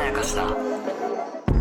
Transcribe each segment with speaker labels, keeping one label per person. Speaker 1: やかしだ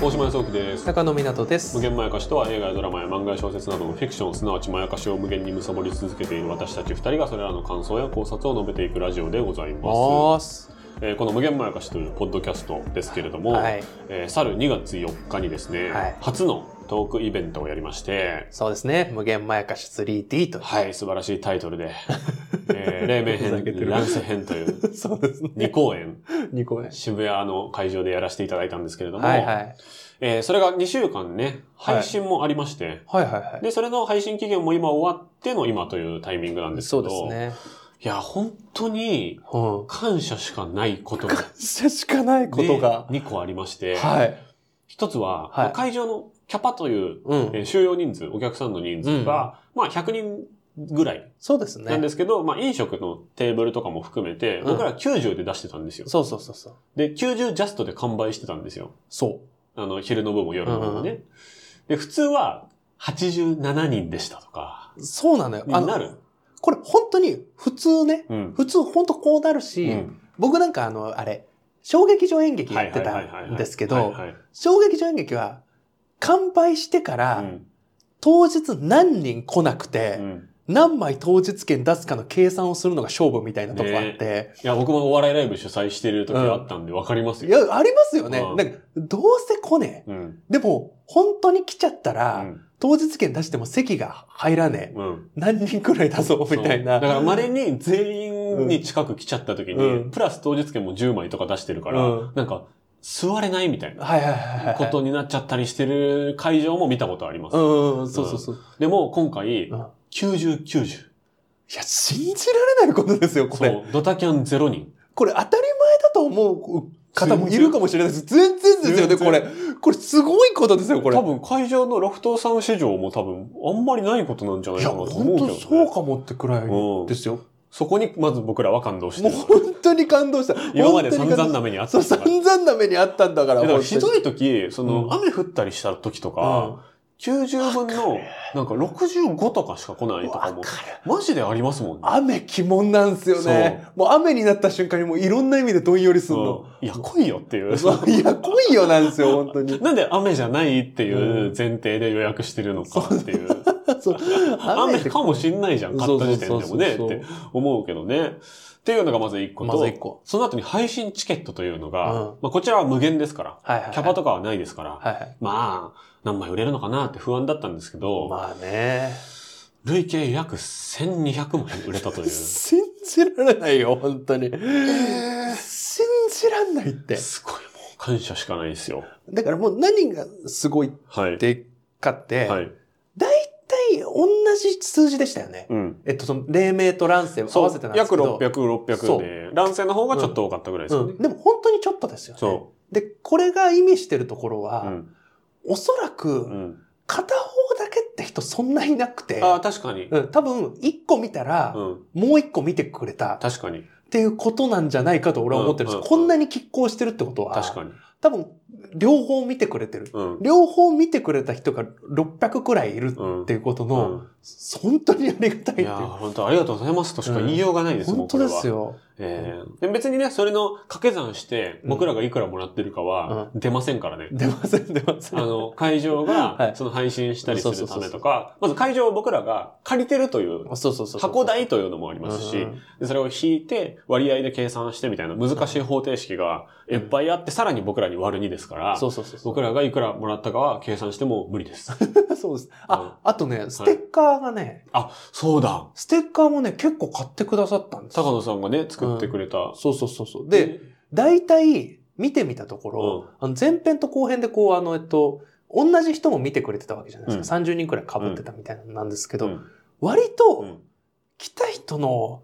Speaker 2: 大島康之です
Speaker 3: 中野湊です
Speaker 2: 無限まやかしとは映画やドラマや漫画や小説などのフィクションすなわちまやかしを無限に貪り続けている私たち2人がそれらの感想や考察を述べていくラジオでございま
Speaker 3: ーす
Speaker 2: す、えーこの「無限まやかし」というポッドキャストですけれども、
Speaker 3: はい
Speaker 2: えー去る2月4日にですね、
Speaker 3: はい
Speaker 2: 初のトークイベントをやりまして
Speaker 3: そうですね無限まやかし 3D と
Speaker 2: はい素晴らしいタイトル で「えー、黎明
Speaker 3: ふざけて
Speaker 2: 編
Speaker 3: る
Speaker 2: 乱世編」という
Speaker 3: いそうですね
Speaker 2: 2公演
Speaker 3: 2公演
Speaker 2: 渋谷の会場でやらせていただいたんですけれども、
Speaker 3: はいはい
Speaker 2: えーそれが2週間ね
Speaker 3: はい
Speaker 2: 配信もありまして、
Speaker 3: はいはいはい
Speaker 2: で、それの配信期限も今終わっての今というタイミングなんですけ
Speaker 3: そう
Speaker 2: ど。
Speaker 3: ですね
Speaker 2: いや、本当に
Speaker 3: うん
Speaker 2: 感謝しかないことが、
Speaker 3: しかない ことが、
Speaker 2: 2個ありまして、
Speaker 3: はい
Speaker 2: 一つは、
Speaker 3: はい
Speaker 2: 会場のキャパという、
Speaker 3: う
Speaker 2: えー
Speaker 3: ん
Speaker 2: 収容人数、お客さんの人数が、まあ100人ぐらい
Speaker 3: そうです
Speaker 2: なんで
Speaker 3: ね
Speaker 2: すけど、まあ飲食のテーブルとかも含めて、
Speaker 3: ん
Speaker 2: 僕ら90で出してたんですよ。
Speaker 3: そうそうそうそう
Speaker 2: で、90ジャストで完売してたんですよ。
Speaker 3: そ
Speaker 2: あの、昼の部も夜の部もね。で、普通は87人でしたとか、
Speaker 3: うそうなのよ
Speaker 2: に
Speaker 3: あ
Speaker 2: な
Speaker 3: の
Speaker 2: る。
Speaker 3: これ本当に普通ね
Speaker 2: うん。
Speaker 3: 普通本当こうなるし、
Speaker 2: うん
Speaker 3: 僕なんかあのあれ小劇場演劇
Speaker 2: は
Speaker 3: や
Speaker 2: い
Speaker 3: っ
Speaker 2: は
Speaker 3: て
Speaker 2: いは
Speaker 3: た
Speaker 2: いはいはい
Speaker 3: んですけ
Speaker 2: はい
Speaker 3: ど
Speaker 2: はい
Speaker 3: 小劇場演劇は完売してから、
Speaker 2: うん
Speaker 3: 当日何人来なくて、
Speaker 2: うん
Speaker 3: 何枚当日券出すかの計算をするのが勝負みたいなとこあって、
Speaker 2: いや、僕もお笑いライブ主催してる時あったんで分かります
Speaker 3: い
Speaker 2: よ。
Speaker 3: や、ありますよね。
Speaker 2: うん
Speaker 3: なんか、どうせ来ねえ。
Speaker 2: うん。
Speaker 3: でも、本当に来ちゃった
Speaker 2: う
Speaker 3: ら、
Speaker 2: ん
Speaker 3: 当日券出しても席が入らねえ。
Speaker 2: うん。
Speaker 3: 何人くらい出そうみたい
Speaker 2: そ
Speaker 3: な。
Speaker 2: うだから稀に全員に近く来ちゃった時に、
Speaker 3: うん
Speaker 2: プラス当日券も10枚とか出してるから、
Speaker 3: うん
Speaker 2: なんか座れないみたいな
Speaker 3: はいはいはいはい。
Speaker 2: ことになっちゃったりしてる会場も見たことあります。
Speaker 3: うんうん、そうそうそう。
Speaker 2: でも今回、
Speaker 3: うん
Speaker 2: 90、90。
Speaker 3: いや、信じられないことですよ、こ
Speaker 2: そ
Speaker 3: れ。
Speaker 2: う、ドタキャン0人。
Speaker 3: これ当たり前だと思う方もいるかもしれないです。全然ですよね、
Speaker 2: 全然
Speaker 3: これ。これすごいことですよ、これ。
Speaker 2: 多分会場のラフターさん史上も多分あんまりないことなんじゃない
Speaker 3: い
Speaker 2: か
Speaker 3: や、
Speaker 2: なと
Speaker 3: 本
Speaker 2: 思うけど、ね。
Speaker 3: 当そうかもってくらいですよ。
Speaker 2: そこにまず僕らは感動して
Speaker 3: もう
Speaker 2: る。
Speaker 3: 本当に感動した。
Speaker 2: 今まで散々
Speaker 3: 本当に感動
Speaker 2: な目にあっ
Speaker 3: そ
Speaker 2: た
Speaker 3: う、
Speaker 2: 人が。で
Speaker 3: 散々な目にあったんだから。
Speaker 2: だからひど
Speaker 3: い
Speaker 2: い時、その、
Speaker 3: うん
Speaker 2: 雨降ったりした時と
Speaker 3: わ
Speaker 2: か、90分の、なんか65とかしか来ないと
Speaker 3: か
Speaker 2: か
Speaker 3: る
Speaker 2: も、。マジでありますもんね。
Speaker 3: 雨鬼門なんですよね。もう雨になった瞬間にもういろんな意味でどんよりすんの。
Speaker 2: うんいや、来いよっていう。
Speaker 3: そういや、来いよなんですよ、本 当に。
Speaker 2: なんで雨じゃないっていう
Speaker 3: うん
Speaker 2: 前提で予約してるのかっていう。
Speaker 3: そう
Speaker 2: 雨
Speaker 3: って
Speaker 2: かもしんないじゃん、買った時点でもね、っ
Speaker 3: そうそうそう
Speaker 2: て思うけどね。っていうのがまず1個
Speaker 3: まず
Speaker 2: と
Speaker 3: 一、個。
Speaker 2: その後に配信チケットというの
Speaker 3: うん
Speaker 2: が、まあこちらは無限ですから、
Speaker 3: はいはいはい。
Speaker 2: キャパとかはないですから、
Speaker 3: はいはい。
Speaker 2: まあ、何枚売れるのかなって不安だったんですけど、
Speaker 3: まあね。
Speaker 2: 累計約1200枚売れ たという。す
Speaker 3: 信じられないよ、本当に。信じらんないって。
Speaker 2: ごい、もう感謝しかないですよ。
Speaker 3: だからもう何がすごいっ
Speaker 2: はい。
Speaker 3: てかって、
Speaker 2: はい。
Speaker 3: 大体同じ数字でしたよね。
Speaker 2: うん。
Speaker 3: えっと、その、黎明と乱世を合わせてなんです
Speaker 2: 約
Speaker 3: けど。
Speaker 2: 600、600で、乱世の方がちょっと多かったぐらいですよね。
Speaker 3: うん。でも本当にちょっとですよね。
Speaker 2: そ
Speaker 3: で、これが意味してるところ
Speaker 2: う。う
Speaker 3: は、
Speaker 2: ん。
Speaker 3: おそら
Speaker 2: う
Speaker 3: く、
Speaker 2: ん。
Speaker 3: 片方だけって人そんないなくて、
Speaker 2: ああ、確かに。
Speaker 3: うん、多分、一個見たら
Speaker 2: う、ん。
Speaker 3: もう一個見てくれた
Speaker 2: 確かに。
Speaker 3: っていうことなんじゃないかと俺は思ってるん
Speaker 2: うん
Speaker 3: で
Speaker 2: うん
Speaker 3: す。こんなに拮抗してるってことは、
Speaker 2: 確かに。
Speaker 3: 多分、両方見てくれてる。
Speaker 2: うん。
Speaker 3: 両方見てくれた人が600くらいいる
Speaker 2: うん
Speaker 3: っていうこと
Speaker 2: う
Speaker 3: の、
Speaker 2: ん、
Speaker 3: 本当にありがたいって
Speaker 2: い
Speaker 3: い
Speaker 2: やー
Speaker 3: う。
Speaker 2: 本当ありがとうございますとしか言いようがないです、も
Speaker 3: 本
Speaker 2: うこ
Speaker 3: 当
Speaker 2: れ
Speaker 3: で
Speaker 2: は
Speaker 3: すよ。
Speaker 2: えーで別にね、それの掛け算して、僕らがいくらもらってるかは出ませんからね。
Speaker 3: 出ません、出ません。
Speaker 2: あの、会場
Speaker 3: は
Speaker 2: が、
Speaker 3: い
Speaker 2: その配信したりす
Speaker 3: そ
Speaker 2: る
Speaker 3: うそ
Speaker 2: た
Speaker 3: うそう
Speaker 2: め
Speaker 3: そ
Speaker 2: とか、まず会場を僕らが借りてるという、
Speaker 3: そうそうそうそう。
Speaker 2: 箱代というのもあります
Speaker 3: う
Speaker 2: し
Speaker 3: ん、
Speaker 2: でそれを引いて、割合で計算してみたいな難しい方程式がいっぱいあって、さらに僕らに割る2ですから
Speaker 3: そ、うそうそうそう。
Speaker 2: 僕らがいくらもらったかは計算しても無理 です。
Speaker 3: そうです。あ、あとね、ステッカーがね、
Speaker 2: あ、そうだ。
Speaker 3: ステッカーもね、結構買ってくださったんです
Speaker 2: 高
Speaker 3: よ。
Speaker 2: 野さんがね、作ってくれた。
Speaker 3: そうそうそうそう。で、、大体見てみたところ、あの前編と後編でこう、あの、えっと、同じ人も見てくれてたわけじゃないですか。30人くらい被ってたみたいなんですけ
Speaker 2: う
Speaker 3: ど、
Speaker 2: ん。
Speaker 3: 割
Speaker 2: う
Speaker 3: と
Speaker 2: ん
Speaker 3: 来た人の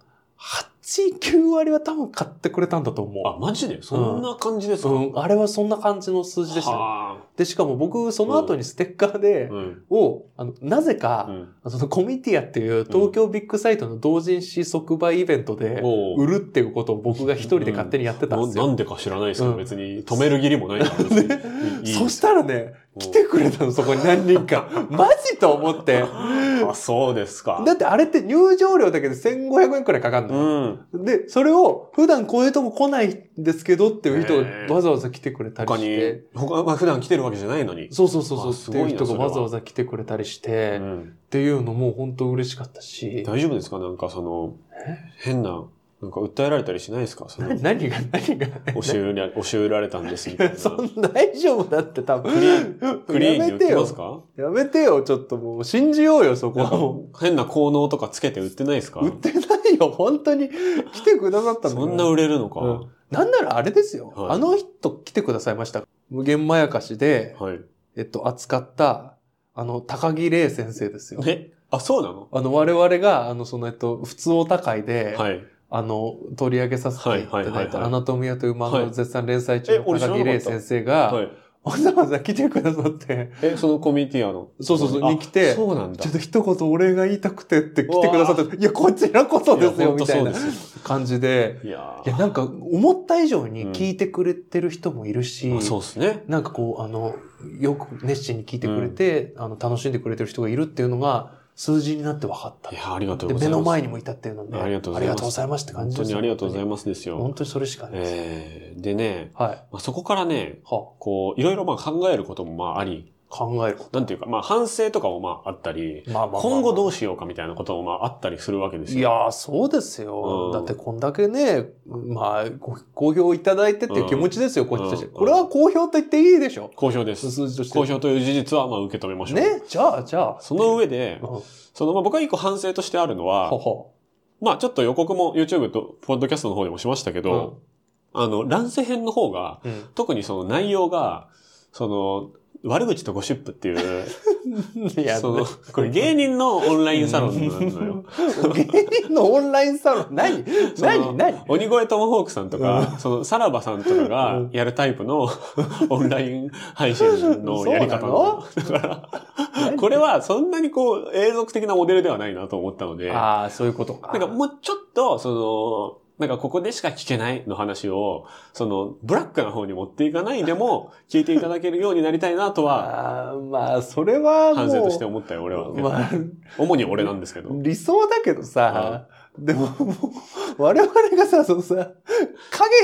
Speaker 3: 8、9割は多分買ってくれたんだと思
Speaker 2: あ、マジでそんな感じです
Speaker 3: う。
Speaker 2: か、
Speaker 3: うん、あれはそんな感じの数字でしたね。
Speaker 2: はあ
Speaker 3: で、しかも僕、その後にステッカーで、
Speaker 2: うん。
Speaker 3: を、あの、なぜか
Speaker 2: う、ん。
Speaker 3: そのコミティアっていう東京ビッグサイトの同人誌即売イベントで
Speaker 2: おう
Speaker 3: 売るっていうことを僕が一人で勝手にやってたん
Speaker 2: な
Speaker 3: です
Speaker 2: な
Speaker 3: よ。
Speaker 2: んでか知らないですけど、
Speaker 3: うん
Speaker 2: 別に止める義理もないから別 にいいいい
Speaker 3: そしたらね、来てくれたの、そこに何人か。 マジと思って。
Speaker 2: あ、そうですか。
Speaker 3: だってあれって入場料だけで1500円くらいかかる
Speaker 2: う
Speaker 3: の、
Speaker 2: ん。
Speaker 3: で、それを普段こういうとこ来ないんですけどっていう人
Speaker 2: へえ
Speaker 3: がわざわざ来てくれたり
Speaker 2: 他
Speaker 3: し
Speaker 2: に
Speaker 3: て。、
Speaker 2: 他は普段来てるわけじゃないのに。
Speaker 3: そうそうそうそう
Speaker 2: あ
Speaker 3: っ
Speaker 2: す
Speaker 3: て
Speaker 2: ごい
Speaker 3: い
Speaker 2: な
Speaker 3: う人
Speaker 2: それ
Speaker 3: が
Speaker 2: は
Speaker 3: わざわざ来てくれたりし
Speaker 2: う
Speaker 3: て、っ
Speaker 2: ん、
Speaker 3: ていうのも本当嬉しかったし。
Speaker 2: 大丈夫ですかなんかその、変な、なんか訴えられたりしないですか その、
Speaker 3: 何何が何が
Speaker 2: 教えら、教えられたんですみたいな。
Speaker 3: そんな大丈夫だって多
Speaker 2: クリー
Speaker 3: 分。
Speaker 2: クリーン
Speaker 3: や
Speaker 2: に
Speaker 3: め
Speaker 2: 売っててま
Speaker 3: よ
Speaker 2: す。か
Speaker 3: やめてよ、ちょっともう信じようよ、そこ
Speaker 2: なん
Speaker 3: は
Speaker 2: か
Speaker 3: も
Speaker 2: 変な効能とかつけて売ってないですか
Speaker 3: う。売ってないよ、本当に。来てくださったの
Speaker 2: そんな売れるのか。
Speaker 3: うんなんならあれですよ。
Speaker 2: はい
Speaker 3: あの人来てくださいました。無限まやかしで、
Speaker 2: はい。
Speaker 3: えっと、扱った、あの、高木玲先生ですよ。
Speaker 2: えあ、そうなの
Speaker 3: あの、我々が、あの、その、えっと、普通お高いで、
Speaker 2: はい。
Speaker 3: あの、取り上げさせていた
Speaker 2: はいはい
Speaker 3: だい
Speaker 2: はいはい
Speaker 3: た、アナトミアという漫画の絶賛連載中の
Speaker 2: はいえ俺知ら
Speaker 3: 高
Speaker 2: なか
Speaker 3: 木
Speaker 2: った
Speaker 3: 玲先生が、
Speaker 2: はい。
Speaker 3: わざわざ来てくださって、
Speaker 2: え、そのコミュニティアの。
Speaker 3: そうそうそう
Speaker 2: あ
Speaker 3: に来て
Speaker 2: そうなんだ。
Speaker 3: ちょっと一言お礼が言いたくてって来てくださって、いや、こちらこそです
Speaker 2: いや
Speaker 3: よ、
Speaker 2: ほんと
Speaker 3: みたいな
Speaker 2: そうです
Speaker 3: 感じで。
Speaker 2: いや
Speaker 3: いや、
Speaker 2: ー
Speaker 3: なんか、思った以上に聞いてくれてる人もいるし、
Speaker 2: あそうですね。
Speaker 3: なんかこう、あの、よく熱心に聞いてくれて、あの、楽しんでくれてる人がいるっていうのが、数字になって分かった
Speaker 2: い。や、ありがとう
Speaker 3: で、
Speaker 2: ございます。
Speaker 3: 目の前にもいたっていうので、
Speaker 2: ありがとうご
Speaker 3: あ
Speaker 2: ざ
Speaker 3: り
Speaker 2: います
Speaker 3: がとうございましたって感
Speaker 2: 本
Speaker 3: じ
Speaker 2: 当
Speaker 3: です
Speaker 2: に
Speaker 3: よ
Speaker 2: ありがとうございますですよ。
Speaker 3: 本当にそれしかないです。
Speaker 2: えー、でね、
Speaker 3: はい。
Speaker 2: まあ、そこからね、
Speaker 3: は
Speaker 2: こう、いろいろまあ考えることもまああり、
Speaker 3: あ、考えるこ
Speaker 2: なんていうか、まあ反省とかもまああったり、
Speaker 3: と。まあまあまあ
Speaker 2: 今後どうしようかみたいなこともまああったりするわけです
Speaker 3: い
Speaker 2: よ。
Speaker 3: やー、そうです
Speaker 2: う
Speaker 3: よ。
Speaker 2: ん
Speaker 3: だってこんだけね、まあ、ご好評いただいてっていう気持ちですよ、こっちとして。
Speaker 2: うん
Speaker 3: これは好評と言っていいでしょ。
Speaker 2: 公表です。
Speaker 3: 数字として。
Speaker 2: 公表という事実はまあ受け止めましょう。
Speaker 3: ね、じゃあ、じゃあ。
Speaker 2: その上で
Speaker 3: うん、、は
Speaker 2: そのまあ僕は一個反省としてあるのは、
Speaker 3: は。
Speaker 2: まあちょっと予告も YouTube とポッドキャストの方でもしましたけど、あの、乱世編の方が、
Speaker 3: うん、
Speaker 2: 特にその内容が、その、悪口とゴシップっていう、
Speaker 3: いや、
Speaker 2: その、これ芸人のオンラインサロンなのよ。
Speaker 3: 芸人のオンラインサロン、何
Speaker 2: その
Speaker 3: 何何
Speaker 2: 鬼越トマホークさんとか、そのさらばさんとか
Speaker 3: う
Speaker 2: が
Speaker 3: ん
Speaker 2: やるタイプの オンライン配信のやり方なの。だから、これはそんなにこう永続的なモデルではないなと思ったので、な
Speaker 3: ああ、そういうことか。
Speaker 2: んかもうちょっと、その、なんかここでしか聞けないの話を、その、ブラックな方に持っていかないで も聞いていただけるようになりたいなとは、
Speaker 3: あーまあ、それはもう。
Speaker 2: 反省として思ったよ、俺は。
Speaker 3: まあ、
Speaker 2: 主に俺なんですけど。
Speaker 3: 理想だけどさ、でももう、我々がさ、そのさ、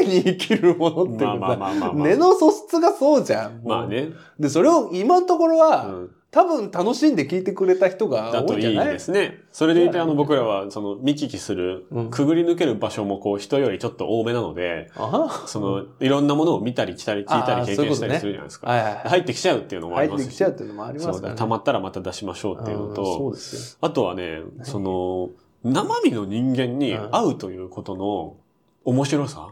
Speaker 3: 影に生きるものっていう
Speaker 2: まあ
Speaker 3: か
Speaker 2: まあま
Speaker 3: さ、
Speaker 2: あまあまあ。
Speaker 3: 根の素質がそうじゃん。もう
Speaker 2: まあ。ね。
Speaker 3: で、それを今のところ
Speaker 2: う
Speaker 3: は、
Speaker 2: ん
Speaker 3: 多分楽しんで聞いてくれた人が
Speaker 2: だ
Speaker 3: 多い
Speaker 2: と
Speaker 3: ん
Speaker 2: い
Speaker 3: じゃ
Speaker 2: い
Speaker 3: ない
Speaker 2: ですね。それでいて、
Speaker 3: じゃあ
Speaker 2: あの、僕らは、その、見聞きする
Speaker 3: う、ん
Speaker 2: くぐり抜ける場所も、こう、人よりちょっと多めなので、
Speaker 3: あ
Speaker 2: その、いろんなものを見たり、来たり、聞いた
Speaker 3: あ
Speaker 2: り、
Speaker 3: ー
Speaker 2: 経
Speaker 3: そう
Speaker 2: 験
Speaker 3: いうこ
Speaker 2: し
Speaker 3: と
Speaker 2: た
Speaker 3: ね
Speaker 2: りするじゃないですか。
Speaker 3: はいはいは
Speaker 2: 入ってきちゃうっていうのもあ
Speaker 3: い。
Speaker 2: りま
Speaker 3: 入って
Speaker 2: す
Speaker 3: き
Speaker 2: し
Speaker 3: ちゃうっていうのもあります
Speaker 2: そう
Speaker 3: か
Speaker 2: だ
Speaker 3: らね。
Speaker 2: 溜まったらまた出しましょうっていうの
Speaker 3: んそ
Speaker 2: と、
Speaker 3: うですよ。
Speaker 2: あとはね、その、生身の人間に
Speaker 3: うん
Speaker 2: 会うということの面白さ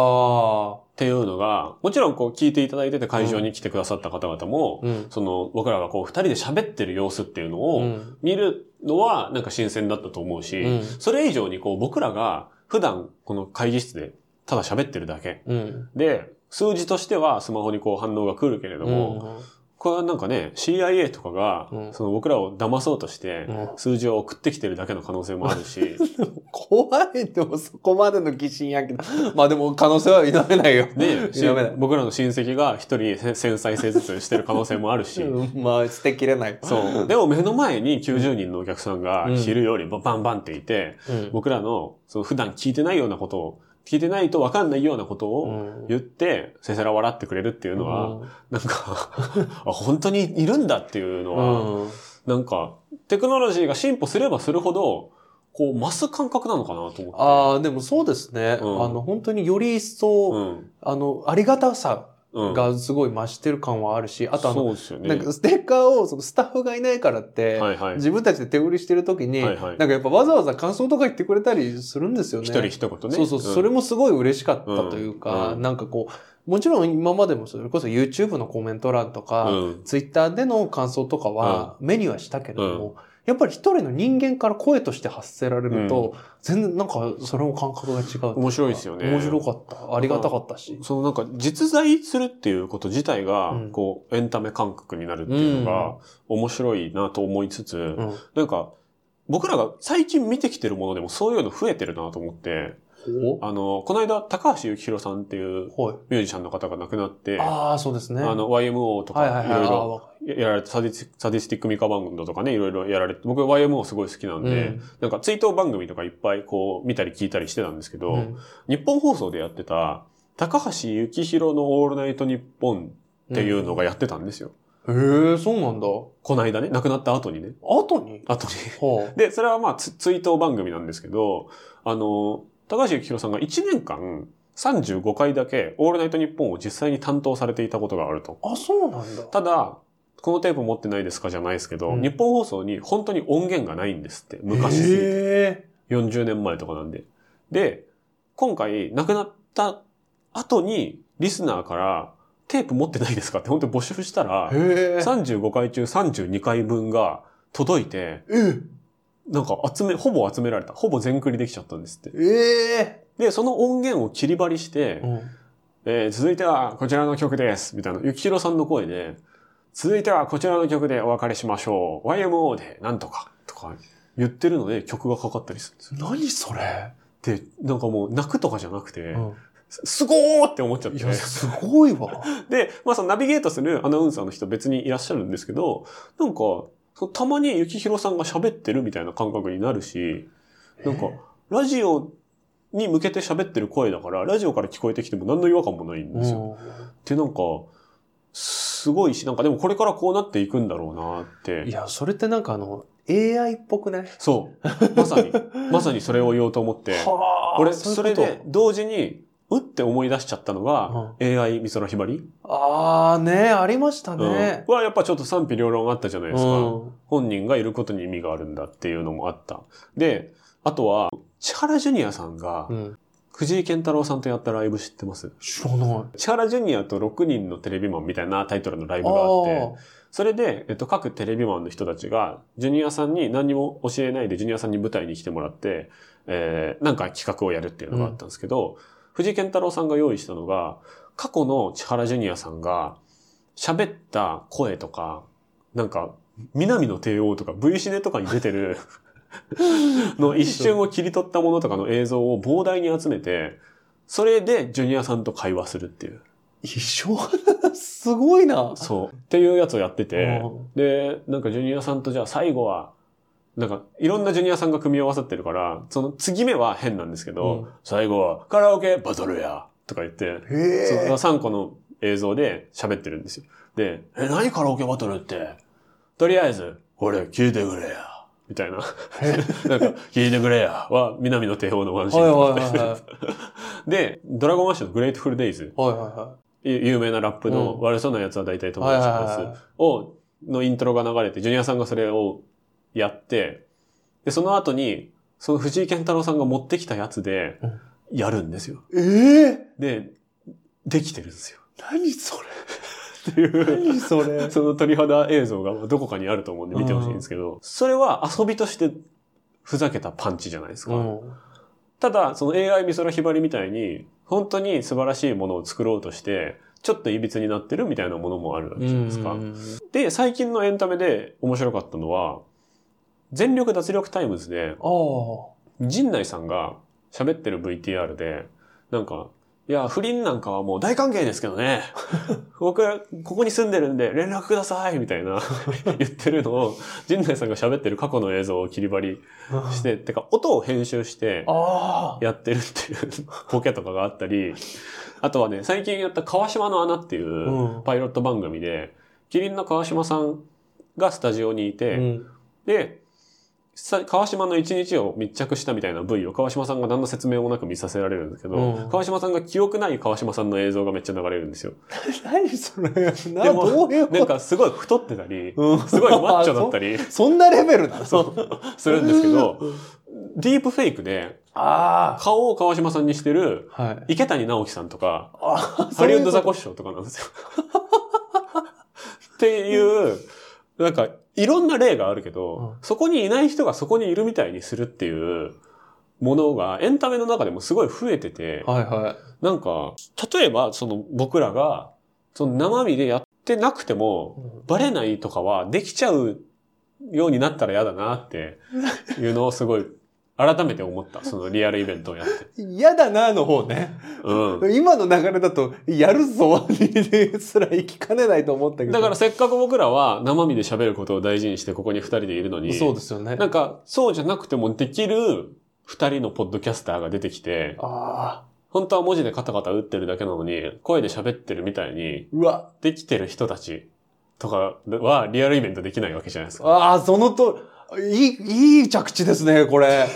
Speaker 3: あ
Speaker 2: っていうのが、もちろんこう、聞いていただいてて会場に来てくださった方々も
Speaker 3: あ。、うん。
Speaker 2: その、僕らがこう、二人で喋ってる様子っていうの
Speaker 3: う
Speaker 2: を、
Speaker 3: ん。
Speaker 2: 見るのはなんか新鮮だったと思うし、
Speaker 3: うん
Speaker 2: それ以上にこう僕らが普段この会議室でただ喋ってるだけ
Speaker 3: うん。
Speaker 2: で、数字としてはスマホにこう反応が来るけれども、これはなんかね、CIA とかが
Speaker 3: うん
Speaker 2: その僕らを騙そうとして
Speaker 3: うん
Speaker 2: 数字を送ってきてるだけの可能性もあるし、
Speaker 3: 怖いでもそこまでの疑心暗鬼な。まあでも可能性は否めないよ。
Speaker 2: ね、し
Speaker 3: やめない
Speaker 2: 僕らの親戚が一人せ繊細施術してる可能性もあるし、
Speaker 3: うんまあ捨てきれない。
Speaker 2: そう。でも目の前に90人のお客さんが昼よりバンバンっていて、
Speaker 3: うん。
Speaker 2: 僕らの、その普段聞いてないようなことを、聞いてないと分かんないようなことを
Speaker 3: うん
Speaker 2: 言って、せせら笑ってくれるっていうのは、
Speaker 3: うん
Speaker 2: なんか、 あ、本当にいるんだっていうのは、
Speaker 3: うん
Speaker 2: なんか、テクノロジーが進歩すればするほど、こう、増す感覚なのかなと思って。
Speaker 3: ああ、でもそうですね。
Speaker 2: うん
Speaker 3: あの、本当により一層、
Speaker 2: うん。
Speaker 3: あの、ありがたさ
Speaker 2: うん。
Speaker 3: がすごい増してる感はあるし、あとあの、
Speaker 2: そうですよね。
Speaker 3: なんかステッカーをそのスタッフがいないからって、
Speaker 2: はいはい。
Speaker 3: 自分たちで手売りしてる時に、
Speaker 2: はいはい
Speaker 3: なんかやっぱわざわざ感想とか言ってくれたりするんですよね。
Speaker 2: 一人一言ね。
Speaker 3: そうそう、
Speaker 2: ん
Speaker 3: それもすごい嬉しかったというか、
Speaker 2: うん
Speaker 3: なんかこう、もちろん今までもそれこそ YouTube のコメント欄とか、
Speaker 2: うん。
Speaker 3: Twitter での感想とかは目にはしたけれども、やっぱり一人の人間から声として発せられると、全然なんかそれも感覚が違うというか。
Speaker 2: 面白いですよね
Speaker 3: 面白かった。ありがたかったし。
Speaker 2: そのなんか実在するっていうこと自体が、
Speaker 3: うん
Speaker 2: こう、エンタメ感覚になるっていうのが面白いなと思いつつ、
Speaker 3: うん。
Speaker 2: なんか、僕らが最近見てきてるものでもそういうの増えてるなと思って、あの、この間、高橋幸宏さんっていう
Speaker 3: おはい。
Speaker 2: ミュージシャンの方が亡くなって、あ
Speaker 3: ああ、そうですね。
Speaker 2: の、YMO と
Speaker 3: はいは
Speaker 2: か、
Speaker 3: い
Speaker 2: い
Speaker 3: はい。
Speaker 2: ろい
Speaker 3: あ
Speaker 2: ろやられて、サディスサディスティックミカバンドとかね、いろいろやられて、僕 YMO すごい好きなん
Speaker 3: ー
Speaker 2: で、なんか追悼番組とかいっぱいこう見たり聞いたりしてたんですけど、
Speaker 3: うんうん
Speaker 2: 日本放送でやってた、高橋幸宏のオールナイトニッポンっていうのがやってたんですよ。
Speaker 3: へえ、そうなんだ。
Speaker 2: この間ね、亡くなった後にね。
Speaker 3: 後に
Speaker 2: 後に。
Speaker 3: は
Speaker 2: で、それはまあ、つ追悼番組なんですけど、あの、高橋幸宏さんが1年間35回だけオールナイトニッポンを実際に担当されていたことがあると。
Speaker 3: あ、あ、そうなんだ。
Speaker 2: ただ、このテープ持ってないですかじゃないですけど、
Speaker 3: うん
Speaker 2: 日本放送に本当に音源がないんですって。昔すぎて
Speaker 3: へ
Speaker 2: 40年前とかなんで。で、今回亡くなった後にリスナーからテープ持ってないですかって本当に募集したら
Speaker 3: え。、へえ。
Speaker 2: 35回中32回分が届いて、
Speaker 3: え
Speaker 2: なんか集め、ほぼ集められた。ほぼ全クリできちゃったんですって。
Speaker 3: ええ。
Speaker 2: で、その音源を切り張りして、えー続いてはこちらの曲です。みたいな、ゆきひろさんの声で、続いてはこちらの曲でお別れしましょう。YMO でなんとか、とか言ってるので曲がかかったりするんですよ
Speaker 3: 何それ、
Speaker 2: で、なんかもう泣くとかじゃなくて、
Speaker 3: う
Speaker 2: すすごーって思っちゃっ
Speaker 3: ん、い
Speaker 2: て。
Speaker 3: や、すごいわ。
Speaker 2: で、まあそのナビゲートするアナウンサーの人別にいらっしゃるんですけど、なんか、そのたまに幸宏さんが喋ってるみたいな感覚になるし、 なんか、ラジオに向けて喋ってる声だから、ラジオから聞こえてきても何の違和感もないん
Speaker 3: う
Speaker 2: ですよ。
Speaker 3: ん、
Speaker 2: で、なんか、すごいし、なんかでもこれからこうなっていくんだろうなって。
Speaker 3: いや、それってなんかあの、AI っぽくない
Speaker 2: そう。まさ に、まさにそれを言おうと思って。
Speaker 3: は
Speaker 2: 俺、
Speaker 3: う
Speaker 2: そ
Speaker 3: い
Speaker 2: れ
Speaker 3: うこと
Speaker 2: で、同時に、うって思い出しちゃったのが、AI 美空ひばり、
Speaker 3: ああ、ねありました
Speaker 2: うん
Speaker 3: ね。
Speaker 2: はやっぱちょっと賛否両論あったじゃないうですか。
Speaker 3: ん。
Speaker 2: 本人がいることに意味があるんだっていうのもあった。で、あとは、千原ジュニアさんが
Speaker 3: う、ん。
Speaker 2: 藤井健太郎さんとやったライブ知ってます
Speaker 3: 知らない。
Speaker 2: 千原ジュニアと6人のテレビマンみたいなタイトルのライブ
Speaker 3: あ
Speaker 2: があって、
Speaker 3: ー
Speaker 2: それで、えっと、各テレビマンの人たちが、ジュニアさんに何も教えないで、ジュニアさんに舞台に来てもらって、えー、なんか企画をやるっていうのがあったんですけど、藤井健太郎さんが用意したのが、過去の千原ジュニアさんが、喋った声とか、なんか、南の帝王とか V シネとかに出て るの一瞬を切り取ったものとかの映像を膨大に集めて、それでジュニアさんと会話するっていう。
Speaker 3: 一生すごいな。
Speaker 2: そう。っていうやつをやってて、
Speaker 3: うん
Speaker 2: で、なんかジュニアさんとじゃあ最後は、なんかいろんなジュニアさんが組み合わさってるから、その次目は変なんですけど、
Speaker 3: うん
Speaker 2: 最後はカラオケバトルやとか言って、そ
Speaker 3: へ
Speaker 2: の3個の映像で喋ってるんですよ。で、え、何カラオケバトルって、とりあえず、これ聞いてくれや。みたいな。
Speaker 3: え。
Speaker 2: なんか、聞いてくれや。は、南の帝王のワンシ
Speaker 3: は
Speaker 2: ー
Speaker 3: い
Speaker 2: ンと
Speaker 3: はい
Speaker 2: か
Speaker 3: はいはい。
Speaker 2: で、ドラゴンマッシュのグレイトフルデイズ、
Speaker 3: はいはいはい。
Speaker 2: ゆ有名なラップ
Speaker 3: う
Speaker 2: の
Speaker 3: ん
Speaker 2: 悪そうなやつは大体友
Speaker 3: はい
Speaker 2: 達
Speaker 3: は
Speaker 2: で
Speaker 3: い
Speaker 2: す。
Speaker 3: は
Speaker 2: を、のイントロが流れて、ジュニアさんがそれをやって、で、その後に、その藤井健太郎さんが持ってきたやつで
Speaker 3: うん、
Speaker 2: やるんですよ。
Speaker 3: い。ええ
Speaker 2: で、できてるんですよ。
Speaker 3: 何それ
Speaker 2: っていう、
Speaker 3: 何そ れ
Speaker 2: その鳥肌映像がどこかにあると思うんで見てほしいんですけど、それは遊びとしてふざけたパンチじゃないですか。
Speaker 3: うん。
Speaker 2: ただ、その AI 美空ひばりみたいに、本当に素晴らしいものを作ろうとして、ちょっと歪になってるみたいなものもあるわけじゃないですか。
Speaker 3: うん
Speaker 2: で、最近のエンタメで面白かったのは、全力脱力タイムズで、
Speaker 3: ああ。
Speaker 2: 陣内さんが喋ってる VTR で、なんか、いや、不倫なんかはもう大歓迎ですけどね。 僕、ここに住んでるんで連絡くださいみたいな 言ってるのを、陣内さんが喋ってる過去の映像を切り張りし。て、てか、音を編集して、
Speaker 3: ああ。
Speaker 2: やってるっていうボケとかがあったり、あとはね、最近やった川島の穴っていう
Speaker 3: うん。
Speaker 2: パイロット番組で、キリンの川島さんがスタジオにいて、
Speaker 3: うん
Speaker 2: で、さ川島の一日を密着したみたいな V を川島さんが何の説明もなく見させられるんですけど、
Speaker 3: うん
Speaker 2: 川島さんが記憶ない川島さんの映像がめっちゃ流れるんですよ。
Speaker 3: 何それな
Speaker 2: でも
Speaker 3: どう いうこ
Speaker 2: なん
Speaker 3: と
Speaker 2: かすごい太ってたり、
Speaker 3: うん
Speaker 2: すごいマッチョだったり
Speaker 3: そそんなレベルなの
Speaker 2: そうするんですけど、ディープフェイクで
Speaker 3: あ
Speaker 2: 顔を川島さんにしてる
Speaker 3: あ。はい。
Speaker 2: 池谷直樹さんとか、
Speaker 3: あ
Speaker 2: ハリウッドザ
Speaker 3: コ
Speaker 2: コシショウとかなんですよ。っていう、なんか、いろんな例があるけど、そこにいない人がそこにいるみたいにするっていうものが、エンタメの中でもすごい増えてて、
Speaker 3: はいは
Speaker 2: なんか、例えば、その僕らが、その生身でやってなくても、
Speaker 3: い。
Speaker 2: バレないとかはできちゃうようになったら嫌だなっていうのをすごい、改めて思った。そのリアルイベントをやって。
Speaker 3: 嫌だなの方ね。
Speaker 2: うん。
Speaker 3: 今の流れだと、やるぞすら行きかねないと思ったけど。
Speaker 2: だからせっかく僕らは生身で喋ることを大事にしてここに二人でいるのに、
Speaker 3: そうですよね。
Speaker 2: なんかそうじゃなくてもできる二人のポッドキャスターが出てきて、
Speaker 3: ああ、
Speaker 2: 本当は文字でカタカタ打ってるだけなのに、声で喋ってるみたいに、
Speaker 3: うわ、
Speaker 2: できてる人たちとかはリアルイベントできないわけじゃないですか。
Speaker 3: ああ、そのと、いい、いい着地ですね、これ。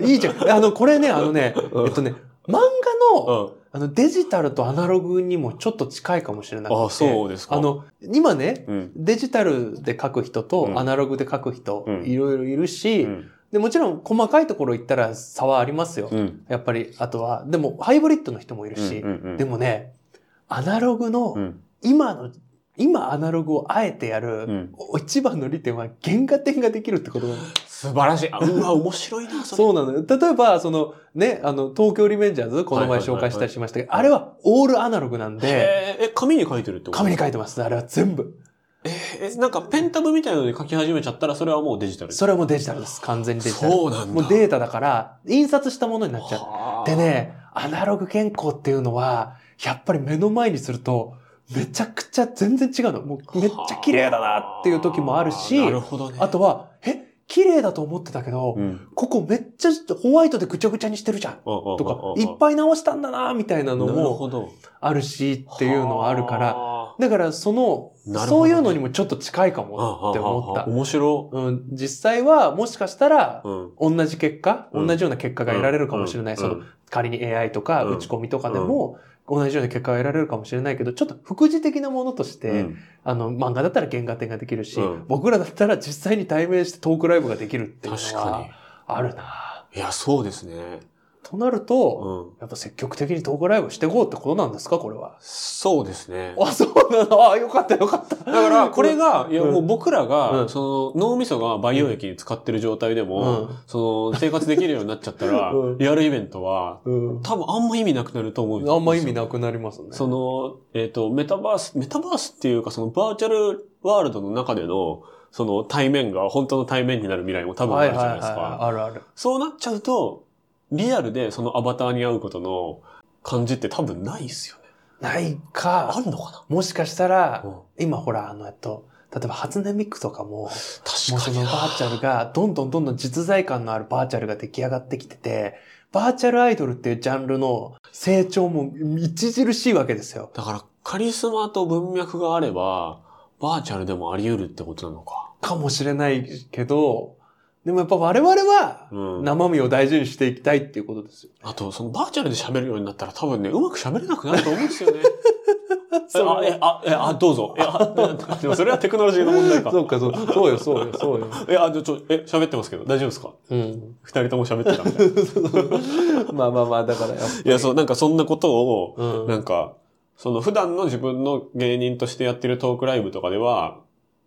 Speaker 3: いい着地。あの、これね、あのね、
Speaker 2: うん
Speaker 3: えっとね、漫画
Speaker 2: う
Speaker 3: の、
Speaker 2: ん。
Speaker 3: あの、デジタルとアナログにもちょっと近いかもしれなくて。
Speaker 2: ああ、そうですか。
Speaker 3: あ、の、今ね、
Speaker 2: うん。
Speaker 3: デジタルで書く人
Speaker 2: う
Speaker 3: と
Speaker 2: ん
Speaker 3: アナログで書く人、
Speaker 2: うん
Speaker 3: いろいろいる
Speaker 2: う
Speaker 3: し、
Speaker 2: ん。
Speaker 3: で、もちろん細かいところ行ったら差はありますよ。
Speaker 2: うん。
Speaker 3: やっぱり、あとは、でも、ハイブリッドの人もいるし、
Speaker 2: うん。
Speaker 3: でもね、アナログの、
Speaker 2: うん、
Speaker 3: 今の、今アナログをあえてやる、
Speaker 2: うん。
Speaker 3: お一番の利点は原画展ができるってことなの。
Speaker 2: 素晴らしい。あうわ、面白いな、それ。
Speaker 3: そうなのよ。例えば、そのね、あの、東京リベンジャーズ、この
Speaker 2: はい
Speaker 3: 前
Speaker 2: はいはい
Speaker 3: 紹介したりしましたけど、
Speaker 2: はい
Speaker 3: あれはオールアナログなんで、
Speaker 2: えーえ、紙に書いてるってこと
Speaker 3: 紙に書いてます。あれは全部。
Speaker 2: えーなんかペンタブみたいなので書き始めちゃったら、それはもうデジタル。
Speaker 3: それはもうデジタルです。完全にデジタル。
Speaker 2: そうなんだ。
Speaker 3: もうデータだから、印刷したものになっちゃう。
Speaker 2: はあ
Speaker 3: で、ね、アナログ原稿っていうのは、やっぱり目の前にすると、めちゃくちゃ全然違うの。もうめっちゃ綺麗だなっていう時もあるし、
Speaker 2: なるほどね。
Speaker 3: あとは、え、綺麗だと思ってたけど、
Speaker 2: うん、うん
Speaker 3: ここめっちゃホワイトでぐちゃぐちゃにしてるじゃん。
Speaker 2: うん、
Speaker 3: と
Speaker 2: うん
Speaker 3: か、
Speaker 2: うん
Speaker 3: いっぱい直したんだな、みたいなの
Speaker 2: なるほ
Speaker 3: も
Speaker 2: ど。
Speaker 3: あるしっていうのはあるから、
Speaker 2: はあ
Speaker 3: だからその、
Speaker 2: なるほどね
Speaker 3: そういうのにもちょっと近いか
Speaker 2: はあはあ
Speaker 3: もって思っ
Speaker 2: はあ
Speaker 3: た。
Speaker 2: 面白。
Speaker 3: うん、実際はもしかしたら、
Speaker 2: うん。
Speaker 3: 同じ結果、
Speaker 2: うん
Speaker 3: 同じような結果が得られるかもしれない。
Speaker 2: うん
Speaker 3: その、仮に AI とか
Speaker 2: うん
Speaker 3: 打ち込みとかでも、同じような結果が得られるかもしれないけど、ちょっと副次的なものとして、
Speaker 2: うん
Speaker 3: あの、漫画だったら原画展ができるし、
Speaker 2: うん
Speaker 3: 僕らだったら実際に対面してトークライブができるっていう
Speaker 2: 確
Speaker 3: のは
Speaker 2: か
Speaker 3: あるな
Speaker 2: に。いや、そうですね。
Speaker 3: となると、
Speaker 2: うん。
Speaker 3: やっぱ積極的にトークライブしていこうってことなんですかこれは。
Speaker 2: そうですね。
Speaker 3: あ、そうなのあ、よかったよかった。
Speaker 2: だ から、これが、いや、
Speaker 3: うん
Speaker 2: もう僕ら
Speaker 3: う
Speaker 2: が、
Speaker 3: ん
Speaker 2: その、脳みそが培養液に使ってる状態で
Speaker 3: う
Speaker 2: も、
Speaker 3: ん。
Speaker 2: その、生活できるようになっちゃったら
Speaker 3: う、ん
Speaker 2: リアルイベントは、
Speaker 3: うん。
Speaker 2: 多分あんま意味なくなると思うんですよ
Speaker 3: あんま意味なくなりますね。
Speaker 2: その、えっ、と、メタバース、メタバースっていうか、そのバーチャルワールドの中での、その対面が本当の対面になる未来も多分あ
Speaker 3: はい
Speaker 2: る
Speaker 3: は
Speaker 2: じ
Speaker 3: い
Speaker 2: ゃ
Speaker 3: は
Speaker 2: ない
Speaker 3: い
Speaker 2: ですか。
Speaker 3: あるある。
Speaker 2: そうなっちゃうと、リアルでそのアバターに会うことの感じって多分ないですよね。
Speaker 3: ない
Speaker 2: あ
Speaker 3: か、
Speaker 2: るのか
Speaker 3: もしかしたら
Speaker 2: な、うん
Speaker 3: 今ほら、あの、えっと、例えば初音ミクとかも、もう
Speaker 2: 確か
Speaker 3: そ
Speaker 2: に
Speaker 3: の
Speaker 2: な。
Speaker 3: バーチャルが、どんどんどんどん実在感のあるバーチャルが出来上がってきてて、バーチャルアイドルっていうジャンルの成長も著しいわけですよ。
Speaker 2: だから、カリスマと文脈があれば、バーチャルでもあり得るってことなのか。
Speaker 3: かもしれないけど、でもやっぱ我々は、
Speaker 2: うん。
Speaker 3: 生身を大事にしていきたいっていうことですよ。
Speaker 2: あと、そのバーチャルで喋るようになったら多分ね、うまく喋れなくなると思うんですよ ね。えあ、え、あ、え、あ、どうぞ。え、あ、でもそれはテクノロジーの問題か。
Speaker 3: そうか、そう、そうよ、そうよ、そうよ。
Speaker 2: え、あ、じゃあちょ、え、喋ってますけど、大丈夫ですか
Speaker 3: うん。
Speaker 2: 二人とも喋ってたみた いな。い
Speaker 3: まあまあまあ、だからやっぱり
Speaker 2: や、そう、なんかそんなことを、
Speaker 3: うん。
Speaker 2: なんか、その普段の自分の芸人としてやってるトークライブとかでは、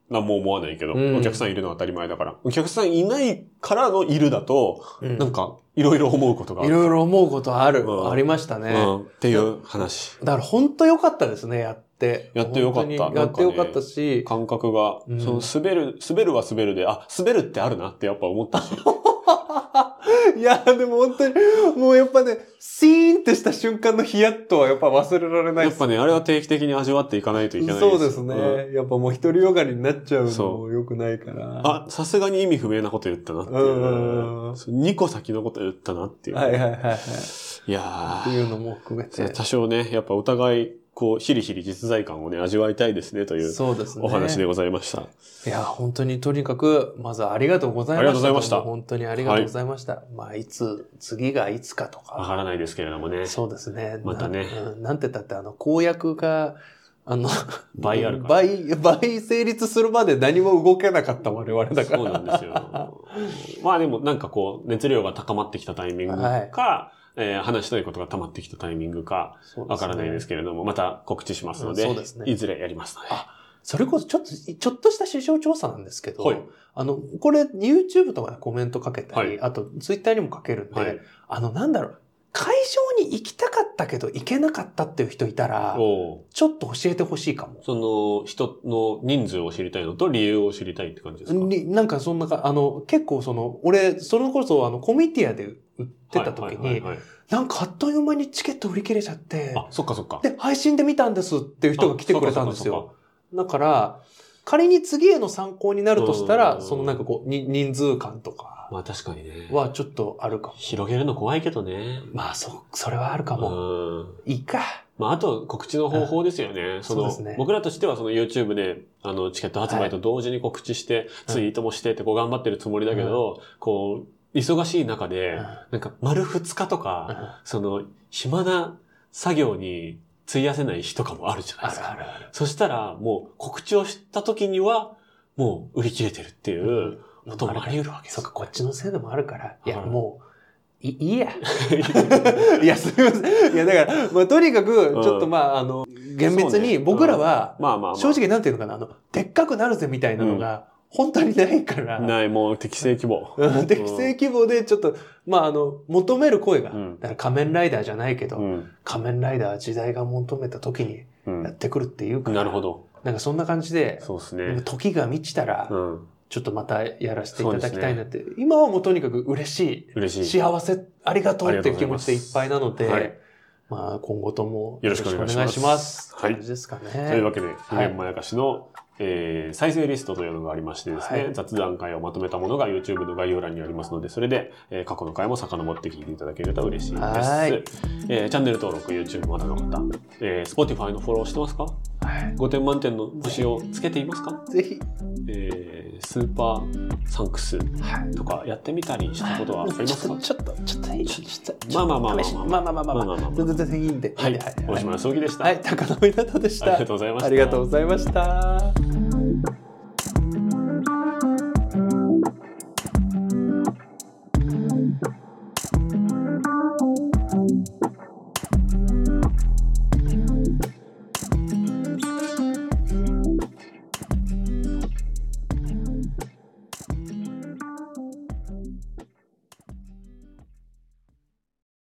Speaker 2: 何も思わないけど、
Speaker 3: うん
Speaker 2: お客さんいるのは当たり前だから。お客さんいないからのいるだと、
Speaker 3: うん
Speaker 2: なんか、いろいろ思うことがあ
Speaker 3: い
Speaker 2: る。
Speaker 3: ろいろ思うことある、
Speaker 2: うん
Speaker 3: ありましたね。
Speaker 2: うん、っていう話。
Speaker 3: だから本当良かったですね、やって。
Speaker 2: やって良かった
Speaker 3: 本当にやって良かったし、
Speaker 2: 感覚が、
Speaker 3: うん
Speaker 2: その滑る、滑るは滑るで、あ、滑るってあるなってやっぱ思 ったし。
Speaker 3: いや、でも本当に、もうやっぱね、シーンってした瞬間のヒヤッとはやっぱ忘れられな
Speaker 2: や
Speaker 3: い
Speaker 2: っぱね、あれは定期的に味わっていかないといけない
Speaker 3: そうですね、
Speaker 2: うん
Speaker 3: やっぱもう独りよがりになっちゃうの
Speaker 2: そ
Speaker 3: も良くないから。
Speaker 2: あ、さすがに意味不明なこと言ったなってい
Speaker 3: うんうんう
Speaker 2: う。
Speaker 3: ん
Speaker 2: そう2個先のこと言ったなっていう。
Speaker 3: はいはいはいはい。
Speaker 2: いや
Speaker 3: っていうのも含め
Speaker 2: ー
Speaker 3: て。
Speaker 2: 多少ね、やっぱお互い、こう、ヒリヒリ実在感をね、味わいたいですねという
Speaker 3: そうですね。
Speaker 2: お話でございました。
Speaker 3: いや、本当にとにかく、まずありがとうございました。
Speaker 2: ありがとうございました
Speaker 3: 本当にありがとうございました。まあ、いつ、次がいつかと
Speaker 2: わ
Speaker 3: か。
Speaker 2: からないですけれどもね。
Speaker 3: そうですね。
Speaker 2: またね
Speaker 3: な,、うん、なんて言ったって、あの、公約が、あの、
Speaker 2: 倍あるから。
Speaker 3: 倍、倍成立するまで何も動けなかった我々だから。
Speaker 2: そうなんですよ。まあでも、なんかこう、熱量が高まってきたタイミングか、
Speaker 3: はい
Speaker 2: えー話したいことが溜まってきたタイミングか、
Speaker 3: そうですね
Speaker 2: わからないですけれども、また告知しますので、
Speaker 3: うんそうですね
Speaker 2: いずれやりますので。
Speaker 3: それこそちょっと、ちょっとした市場調査なんですけど、
Speaker 2: はい
Speaker 3: あの、これ YouTube とかでコメントかけたり、
Speaker 2: はい
Speaker 3: あと Twitter にもかけるんで、
Speaker 2: はい。
Speaker 3: あの、なんだろう、会場に行きたかったけど行けなかったっていう人いたら、
Speaker 2: おー
Speaker 3: ちょっと教えてほしいかも。
Speaker 2: その人の人数を知りたいのと理由を知りたいって感じですか
Speaker 3: になんかそんなか、あの、結構その、俺、それこそあの、コミティアで売ってた時に、
Speaker 2: はいはいはいはい
Speaker 3: なんかあっという間にチケット売り切れちゃって、
Speaker 2: あ、そっかそっか。
Speaker 3: で、配信で見たんですっていう人が来てくれたんですよ。
Speaker 2: あ。
Speaker 3: だから、仮に次への参考になるとした
Speaker 2: う
Speaker 3: ら、
Speaker 2: ん
Speaker 3: そのなんかこう、に人数感
Speaker 2: そっかそ
Speaker 3: とか
Speaker 2: っかまあ確かにね。
Speaker 3: はちょっとあるかも。
Speaker 2: 広げるの怖いけどね。
Speaker 3: まあ、そ、それはあるかも。
Speaker 2: うん。
Speaker 3: いいか。
Speaker 2: まあ、あと告知の方法ですよね。その
Speaker 3: そうですね
Speaker 2: 僕らとしてはその YouTube で、あの、チケット発売と同時に告知して、ツイートもしてってこう頑張ってるつもりだけど、こう、忙しい中で、
Speaker 3: うん
Speaker 2: なんか丸2日と
Speaker 3: うん
Speaker 2: か、
Speaker 3: あ
Speaker 2: その、暇な作業に費やせない日とかもあるじゃないです
Speaker 3: る
Speaker 2: か。
Speaker 3: あるある。
Speaker 2: そしたら、もう告知をした時には、もう売り切れてるっていうこともあり得るわけです
Speaker 3: そっ か、こっちのせいでもあるから。いや、
Speaker 2: はい
Speaker 3: もう、いいいや。 いや、すみません。いや、だから、まあ、とにかく、
Speaker 2: うん
Speaker 3: ちょっとまあ、あの、厳
Speaker 2: そ
Speaker 3: 密
Speaker 2: うね
Speaker 3: に、僕らは、
Speaker 2: まあまあまあ。
Speaker 3: 正直なんていうのかな、あの、でっかくなるぜみたいなのが、本当にないから。
Speaker 2: ない、もう適正規模。
Speaker 3: うん適正規模でちょっと、まあ、あの、求める声が、
Speaker 2: うん
Speaker 3: だから仮面ライダーじゃないけど、
Speaker 2: うん。
Speaker 3: 仮面ライダーは時代が求めた時に
Speaker 2: うん
Speaker 3: やってくるっていうか、
Speaker 2: なるほど。
Speaker 3: なんかそんな感じで、
Speaker 2: そうですね。
Speaker 3: 時が満ちたら、
Speaker 2: うん。
Speaker 3: ちょっとまたやらせていただきたいなって、今はもうとにかく嬉し
Speaker 2: 嬉
Speaker 3: い、
Speaker 2: しい。
Speaker 3: 幸せ、ありがと
Speaker 2: あ
Speaker 3: う
Speaker 2: り
Speaker 3: っ
Speaker 2: が
Speaker 3: て
Speaker 2: と
Speaker 3: いうう
Speaker 2: ご
Speaker 3: 気
Speaker 2: ざいます
Speaker 3: 持ちでいっぱいなので、
Speaker 2: はい
Speaker 3: まあ、今後とも
Speaker 2: よろしくお願いします
Speaker 3: よろくお願います
Speaker 2: はい
Speaker 3: 感じですかね。
Speaker 2: というわけで、
Speaker 3: い
Speaker 2: 夢まやかしの、えー再生リストというのがありましてですね、
Speaker 3: はい
Speaker 2: 雑談会をまとめたものが YouTube の概要欄にありますので、それで、えー過去の回も遡って聞いていただけると嬉しいです。
Speaker 3: はい
Speaker 2: えーチャンネル登録、YouTube またの方、えー Spotify のフォローしてますか
Speaker 3: は
Speaker 2: ?5 点満点の星をつけていますか
Speaker 3: いぜひ、
Speaker 2: えースーパーサンクス
Speaker 3: はい
Speaker 2: とかやってみたりしたことはあり ます
Speaker 3: ちょ
Speaker 2: か
Speaker 3: っと、ちょっと、ちょっといい、ちょっと、ちょ
Speaker 2: まあ
Speaker 3: っと
Speaker 2: まあまあまあ
Speaker 3: 試しまあまあまあまあまあ、
Speaker 2: まあまあまあ
Speaker 3: 全然いいんで。
Speaker 2: はい、
Speaker 3: はい
Speaker 2: 大島康之でした。
Speaker 3: はい、高野湊でした。
Speaker 2: ありがとうございました
Speaker 3: ありがとうございました。